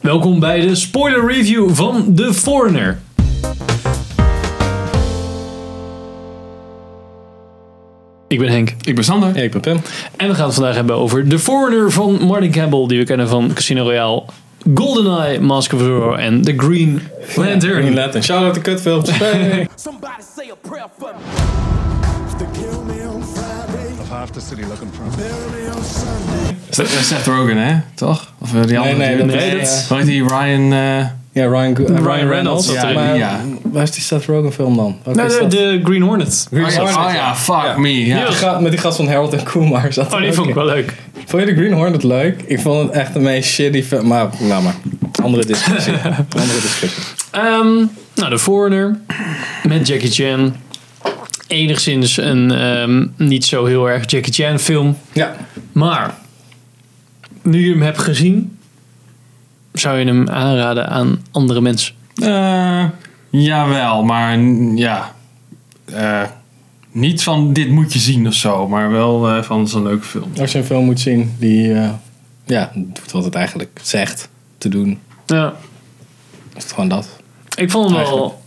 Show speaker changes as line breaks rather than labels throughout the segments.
Welkom bij de spoiler review van The Foreigner. Ik ben Henk.
Ik ben Sander.
ik ben Pim.
En we gaan het vandaag hebben over The Foreigner van Martin Campbell, die we kennen van Casino Royale, GoldenEye, Mask of Zorro en The Green Lantern.
Inderdaad, en shout-out de kutfilms. Hey.
Somebody say a prayer for me.
to kill me on Friday,
half the city looking for him.
bury me on Sunday.
Dat is Seth Rogen, hè? Toch? Of eh, die andere?
nee, dat
die-
Nee,
is-
dat is-
Hoe heet die Ryan... eh
Ja, Ryan, Go- eh, Ryan,
Reynolds
Reynolds.
zat
ja,
erin,
maar
ja.
waar is die Seth Rogen film dan? Welke
Nee,
is
de,
dat?
de Green Hornet.
oh, ja, oh ja, fuck
Ja.
me. Ja.
Die gast- met die gast van Harold en Kumar. Zat
Oh,
er
die
ook
vond ik
in.
wel leuk.
Vond je de Green Hornet leuk? Ik vond het echt een meest shitty film. Maar, nou maar. Andere discussie. Andere discussie.
Ehm, nou, The Foreigner met Jackie Chan. Enigszins een ehm, niet zo heel erg Jackie Chan film.
Ja.
Maar, nu je hem hebt gezien, zou je hem aanraden aan andere mensen.
Eh, jawel, maar n- ja. Eh, niet van dit moet je zien of zo, maar wel eh, van zo'n leuke film.
Als je een film moet zien die eh, ja, doet wat het eigenlijk zegt te doen.
Ja,
Is het gewoon dat.
ik vond hem wel...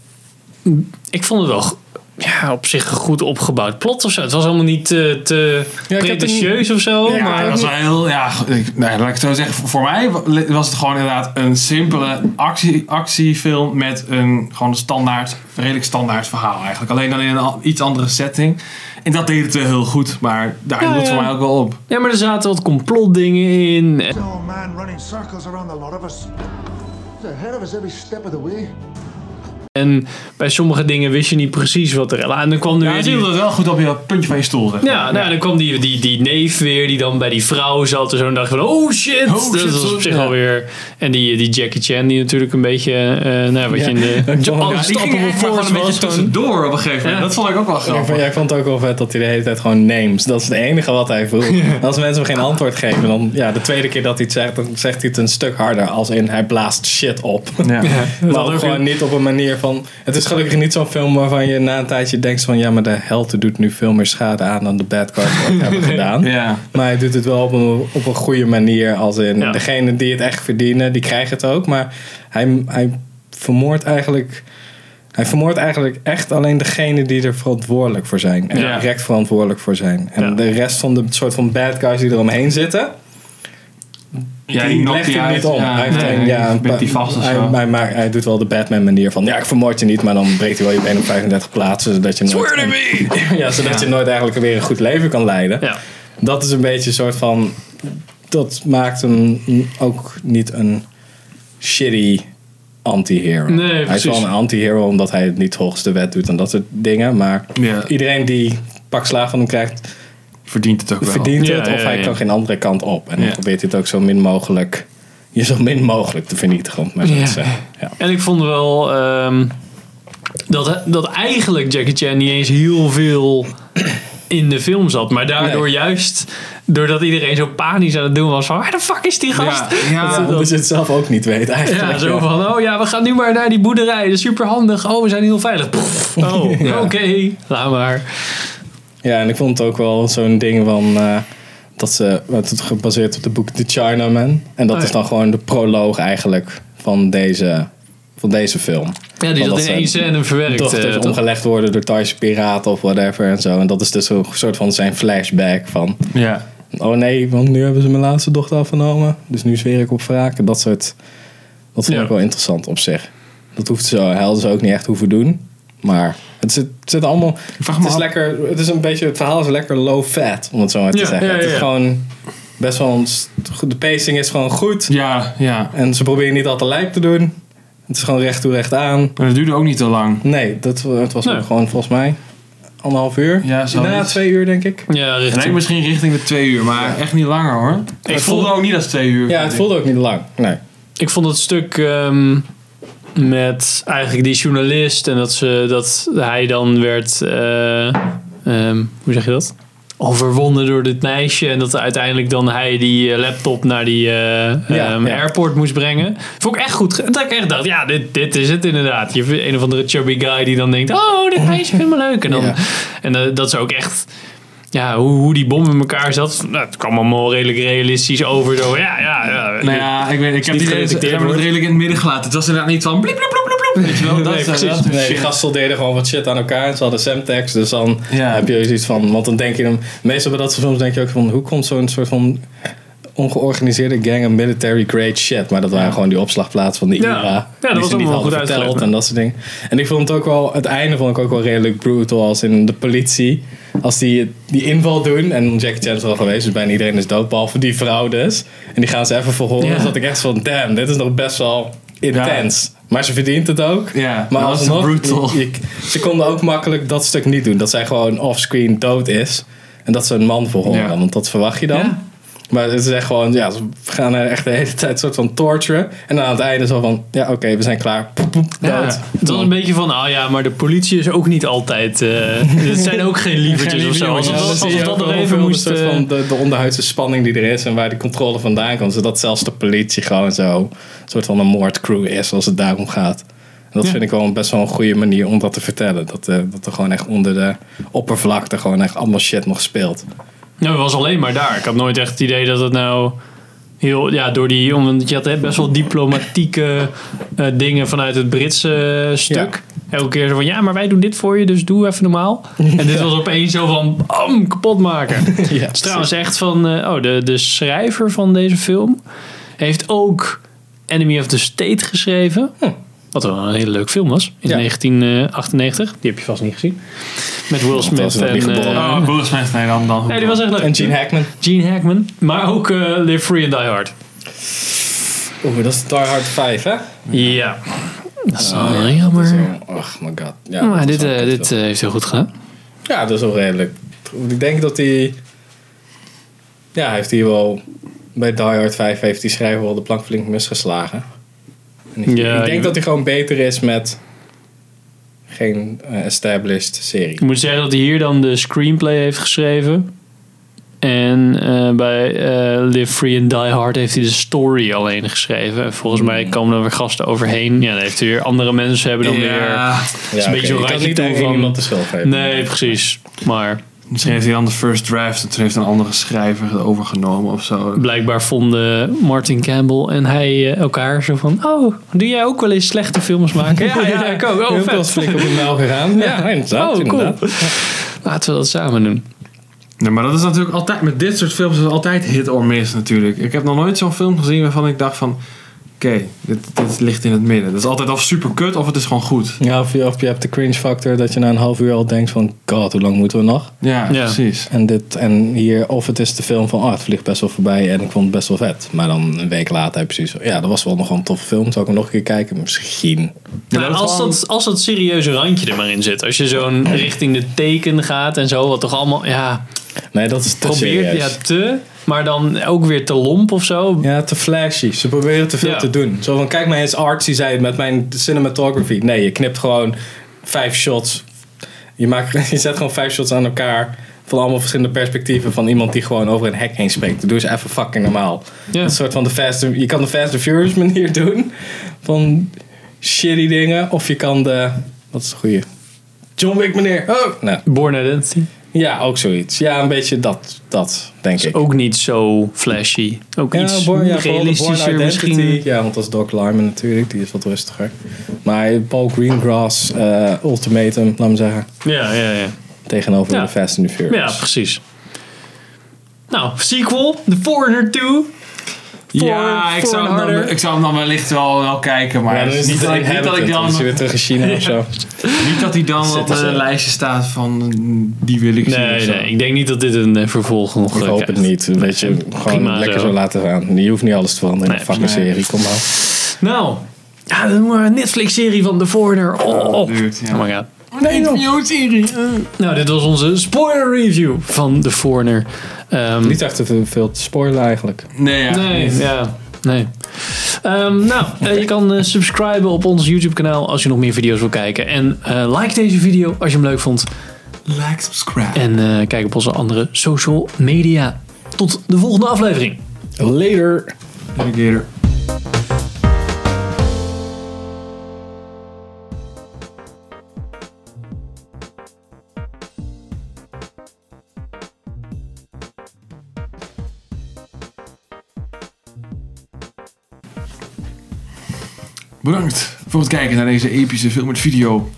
Ik vond het wel go- ja, op zich een goed opgebouwd plot of zo. Het was allemaal niet eh, te, te
heb er niet-
pretentieus of zo.
Ja,
maar
Dat was wel heel, ja, ik, nee, laat ik het zo zeggen. Voor mij was het gewoon inderdaad een simpele actie, actiefilm met een gewoon een standaard, redelijk standaard verhaal eigenlijk. Alleen dan in een al- iets andere setting. En dat deed het wel heel goed, maar daar
Ja,
hield het
ja.
voor mij ook wel op.
ja, maar er zaten wat complotdingen in.
Oh man, running circles around the lot of us. He's ahead of us every step of the way.
En bij sommige dingen wist je niet precies wat er... En dan kwam er
Ja,
weer
het
die...
hield het wel goed op je puntje van je stoel. Zeg.
Ja, nou, dan kwam die, die, die neef weer, die dan bij die vrouw zat en zo. En dacht van, oh shit!
Oh,
dat
shit,
was
zo-
op zich
ja.
alweer... En die, die Jackie Chan, die natuurlijk een beetje... eh nou, wat je in de...
Ja,
alle
Ja,
stappen
die ging eigenlijk maar
voor
gewoon een beetje
was. gewoon-
tussendoor op een gegeven moment.
Ja.
Dat vond ik ook wel grappig.
Ik vond, ja, ik vond het ook wel vet dat hij de hele tijd gewoon names. Dat is het enige wat hij vroeg. Als mensen hem geen antwoord geven, dan ja, de tweede keer dat hij het zegt, dan zegt hij het een stuk harder. Als in hij blaast shit op.
Ja.
maar
had
ook
ook
gewoon niet op een manier van. Het is gelukkig niet zo'n film waarvan je na een tijdje denkt van ja, maar de held doet nu veel meer schade aan dan de bad guys ooit hebben gedaan.
Ja.
Maar hij doet het wel op een, op een goede manier. Als in
Ja.
degene die het echt verdienen, die krijgen het ook. Maar hij, hij vermoordt eigenlijk. Hij vermoordt eigenlijk echt alleen degene die er verantwoordelijk voor zijn. En
Ja.
direct verantwoordelijk voor zijn. En
Ja.
de rest van de soort van bad guys die eromheen zitten.
Ja,
die
knockte
legt
je
hij
uit.
niet om.
Ja,
hij, heeft
nee,
een, ja, een
met die
pa-
vast of
hij,
zo.
hij, maakt- hij doet wel de Batman manier van... Ja, ik vermoord je niet, maar dan breekt hij wel je been op 35 plaatsen. Zodat je nooit, ja, zodat
Ja.
je nooit eigenlijk weer een goed leven kan leiden
Ja.
dat is een beetje een soort van. Dat maakt hem ook niet een shitty anti-hero.
Nee,
hij is wel
precies.
een anti-hero omdat hij het niet volgens de wet doet en dat soort dingen. Maar
Ja.
iedereen die pak slaaf van hem krijgt,
Verdient het ook wel.
verdient
Ja,
het.
ja,
Of hij
ja.
kan geen andere kant op. En dan
Ja.
probeert hij het ook zo min mogelijk, je zo min mogelijk te vernietigen. Om het maar zo
Ja.
te zeggen. Ja.
En ik vond wel ehm, dat, dat eigenlijk Jackie Chan niet eens heel veel in de film zat. Maar daardoor
Nee.
juist, doordat iedereen zo panisch aan het doen was van... Waar de fuck is die gast?
Ja, ja,
Dat-
dat-
Omdat je het zelf ook niet weet eigenlijk.
Ja, zo van, oh ja, we gaan nu maar naar die boerderij. Dat is super handig. Oh, we zijn heel veilig. Pff, oh, oké. Laat maar.
Ja, en ik vond het ook wel zo'n ding van. eh, dat ze. Het is gebaseerd op de boek The Chinaman. En dat
Oh ja.
is dan gewoon de proloog eigenlijk van deze, van deze film.
Ja, die
Want
dat
dat
in
zijn
één scène verwerkt. eh,
Dochters
dat-
omgelegd worden door Thaise piraten of whatever en zo. En dat is dus een soort van zijn flashback van.
Ja.
Oh nee, want nu hebben ze mijn laatste dochter afgenomen. Dus nu zweer ik op wraak. En Dat soort. Dat vond
Ja.
ik wel interessant op zich. Dat hoeft ze, hadden ze ook niet echt hoeven doen. Maar het zit, het zit allemaal.
vraag me
het is
af-
lekker. Het is een beetje. Het verhaal is lekker low fat, om het zo maar te
Ja,
zeggen.
ja,
Het
ja.
is gewoon best wel. een st- goed- De pacing is gewoon goed.
Ja, ja.
En ze proberen niet al te lijp te doen. Het is gewoon recht toe, recht aan.
Maar dat duurde ook niet te lang.
Nee, dat, het was
Nee.
gewoon volgens mij anderhalf uur.
Ja, zoiets.
Na twee uur, denk ik.
Ja,
Het lijkt
richting.
misschien richting de twee uur, maar echt niet langer hoor. Ik voelde ook niet als twee uur.
Ja, het
vond ik.
voelde ook niet lang. Nee.
Ik vond het stuk ehm, met eigenlijk die journalist en dat, ze, dat hij dan werd, eh, ehm, hoe zeg je dat? Overwonnen door dit meisje en dat uiteindelijk dan hij die eh, laptop naar die eh, ehm,
ja.
airport moest brengen. Vond ik echt goed. ge- Dat ik echt dacht, ja, dit, dit is het inderdaad. Je vindt een of andere chubby guy die dan denkt, oh, dit meisje vindt me leuk. En, dan,
Ja.
en eh, dat ze ook echt ja, hoe, hoe die bom in elkaar zat, nou, het kwam allemaal redelijk realistisch over. Zo, ja, ja, ja.
Nou ja, ik, weet, ik heb
niet
die
gedetecteerd
reden- ze hebben het
wordt.
redelijk in het midden gelaten. Het was inderdaad niet van bliep, bliep, bliep, bliep, bliep. Weet je wel, dat,
nee,
is-
precies.
dat is
nee, die
shit.
gasten deden gewoon wat shit aan elkaar. En ze hadden Semtex, dus dan
Ja.
heb je iets van... Want dan denk je hem... Meestal bij dat soort films denk je ook van... Hoe komt zo'n soort van ongeorganiseerde gang en military grade shit? Maar dat waren gewoon die opslagplaatsen van de
Ja.
IRA.
Ja, dat was
die ze niet
allemaal
hadden
goed
verteld
uitgelegd,
en dat soort dingen. En ik vond het ook wel... Het einde vond ik ook wel redelijk brutal als in de politie. Als die die inval doen... En Jackie Chan is er al geweest, dus bijna iedereen is dood. Behalve die vrouw dus. En die gaan ze even verhoren.
Ja.
Dus dat ik echt van... Damn, dit is nog best wel intens. Maar ze verdient het ook.
Ja,
Maar
dat is
alsnog,
brutal.
je- je- ze konden ook makkelijk dat stuk niet doen. Dat zij gewoon offscreen dood is. En dat ze een man verhoren.
Ja.
Want dat verwacht je dan.
Ja.
Maar het is echt gewoon, ja, ze gaan er echt de hele tijd soort van torturen. En dan aan het einde zo van, ja oké, we zijn klaar. Poep, poep,
Ja,
dood.
het was een beetje van, ah ja, maar de politie is ook niet altijd. eh het zijn ook geen lievertjes
Geen
of zo.
lievertjes,
Alsof, alsof
En dan
ja,
zie je
dat
ook
er
wel
even
veel de
moest.
soort
eh,
van de, de onderhuidse spanning die er is en waar die controle vandaan komt. Zodat zelfs de politie gewoon zo een soort van een moordcrew is als het daarom gaat. En dat vind ik wel een best wel een goede manier om dat te vertellen. Dat, eh, dat er gewoon echt onder de oppervlakte gewoon echt allemaal shit nog speelt.
Nou, het was alleen maar daar. Ik had nooit echt het idee dat het nou heel, ja, door die, omdat je had hè, best wel diplomatieke eh, dingen vanuit het Britse eh, stuk. Elke keer zo van, ja, maar wij doen dit voor je, dus doe even normaal. En dit was opeens zo van, bam, kapot maken. Het
Ja,
is trouwens echt van, eh, oh, de, de schrijver van deze film heeft ook Enemy of the State geschreven. Wat wel een hele leuk film was, in
Hm. Ja.
1998. Die heb je vast niet gezien. Met Will
was
Smith
nog
en...
niet geboren.
eh,
Oh, Will Smith, nee, dan. dan
nee, die was echt leuk.
En Gene Hackman.
Gene Hackman, maar ook eh, Live Free and Die Hard.
Oeh, dat is Die Hard 5, hè?
Ja. Dat is wel
Dat is
jammer.
wel- Och my god. Ja,
Maar
dat is
dit,
wel
eh,
een
dit eh, heeft heel goed gedaan.
Ja, dat is wel redelijk. Ik denk dat hij. Ja, hij heeft hier wel. Bij Die Hard 5 heeft die schrijver wel de plank flink misgeslagen. En ik,
Ja,
ik denk
je-
dat hij gewoon beter is met. geen eh, established serie.
Ik moet zeggen dat hij hier dan de screenplay heeft geschreven. En eh, bij eh, Live Free and Die Hard heeft hij de story alleen geschreven. En volgens mij komen er weer gasten overheen. Ja, dan heeft hij weer andere mensen hebben dan weer...
Ja,
Ja,
een beetje
oké,
een
je kan
randje
niet
toe
aan
van-
één iemand de schuld geven.
Nee, precies. Maar
misschien heeft hij dan de first draft en toen heeft een andere schrijver het overgenomen of zo.
blijkbaar vonden Martin Campbell en hij eh, elkaar zo van... Oh, doe jij ook wel eens slechte films maken? Ja, ja, ik ook. Oh,
Heel veel
vet.
is flink op de mel gegaan. Ja, inderdaad.
Oh, cool.
inderdaad.
Laten we dat samen doen.
Nee, maar dat is natuurlijk altijd, met dit soort films is het altijd hit or miss natuurlijk. Ik heb nog nooit zo'n film gezien waarvan ik dacht van, oké, dit, dit ligt in het midden. Dat is altijd of super kut of het is gewoon goed.
Ja, of, je, of je hebt de cringe factor dat je na een half uur al denkt van... God, hoe lang moeten we nog?
Ja,
Ja.
precies.
En, dit, en hier, of het is de film van, oh, het vliegt best wel voorbij en ik vond het best wel vet. Maar dan een week later heb je precies, ja, dat was wel nog wel een toffe film. Zou ik hem nog een keer kijken? Misschien.
Nou, als, dat, als dat serieuze randje er maar in zit. Als je zo'n richting de teken gaat en zo. Wat toch allemaal... Ja,
Nee, dat is te
probeert
serieus.
ja, te... Maar dan ook weer te lomp of zo.
Ja, te flashy. Ze proberen te veel
Ja.
te doen. Zo van, kijk maar eens artsy zei het met mijn cinematography. Nee, je knipt gewoon vijf shots. Je, maakt, je zet gewoon vijf shots aan elkaar van allemaal verschillende perspectieven van iemand die gewoon over een hek heen spreekt. Doe eens even fucking normaal.
Ja.
Een soort van de Fast... Je kan de Fast and Furious manier doen van shitty dingen. Of je kan de... Wat is de goede? John Wick meneer. Oh, nou,
Born Identity.
ja, ook zoiets. Ja, een beetje dat, dat denk ik.
Ook niet zo flashy. Ook iets
Born- vooral de Born
realistischer
Identity.
misschien.
Ja, want dat is Doc Lyman natuurlijk, die is wat rustiger. Maar Paul Greengrass, eh, Ultimatum, laat me zeggen,
Ja, ja, ja.
tegenover
Ja.
de Fast and the
Ja,
Furious.
precies. Nou, sequel. The Foreigner 2.
ja, ik zou, hem dan, ik zou hem dan wellicht wel, wel kijken, maar
Maar
het is niet, dat ik, niet, dat ik dan,
is hij weer terug in China of zo.
niet dat hij dan op
Zitten ze.
een lijstje staat van mm, die wil ik zien. of
Nee,
zo.
nee. Ik denk niet dat dit een eh, vervolg nog
Ik
eh,
hoop
krijgt.
het niet. Weet je, gewoon
Prima
lekker
zo.
zo. laten gaan. Je hoeft niet alles te veranderen in
Nee,
een fucking
precies.
serie. Kom maar.
Nou. Ja, dan doen we een Netflix-serie van The Foreigner. Oh, oh.
dude, ja.
oh my god.
Nee, joh.
Nou, dit was onze spoiler review van The Foreigner. Ehm,
Niet echt te veel te spoilen eigenlijk.
Nee, ja.
nee, ja, nee. Ehm, nou, eh, je kan eh, subscriben op ons YouTube-kanaal als je nog meer video's wil kijken. En eh, like deze video als je hem leuk vond.
Like, subscribe.
En eh, kijk op onze andere social media. Tot de volgende aflevering.
Later.
Alligator. Bedankt voor het kijken naar deze epische film met video.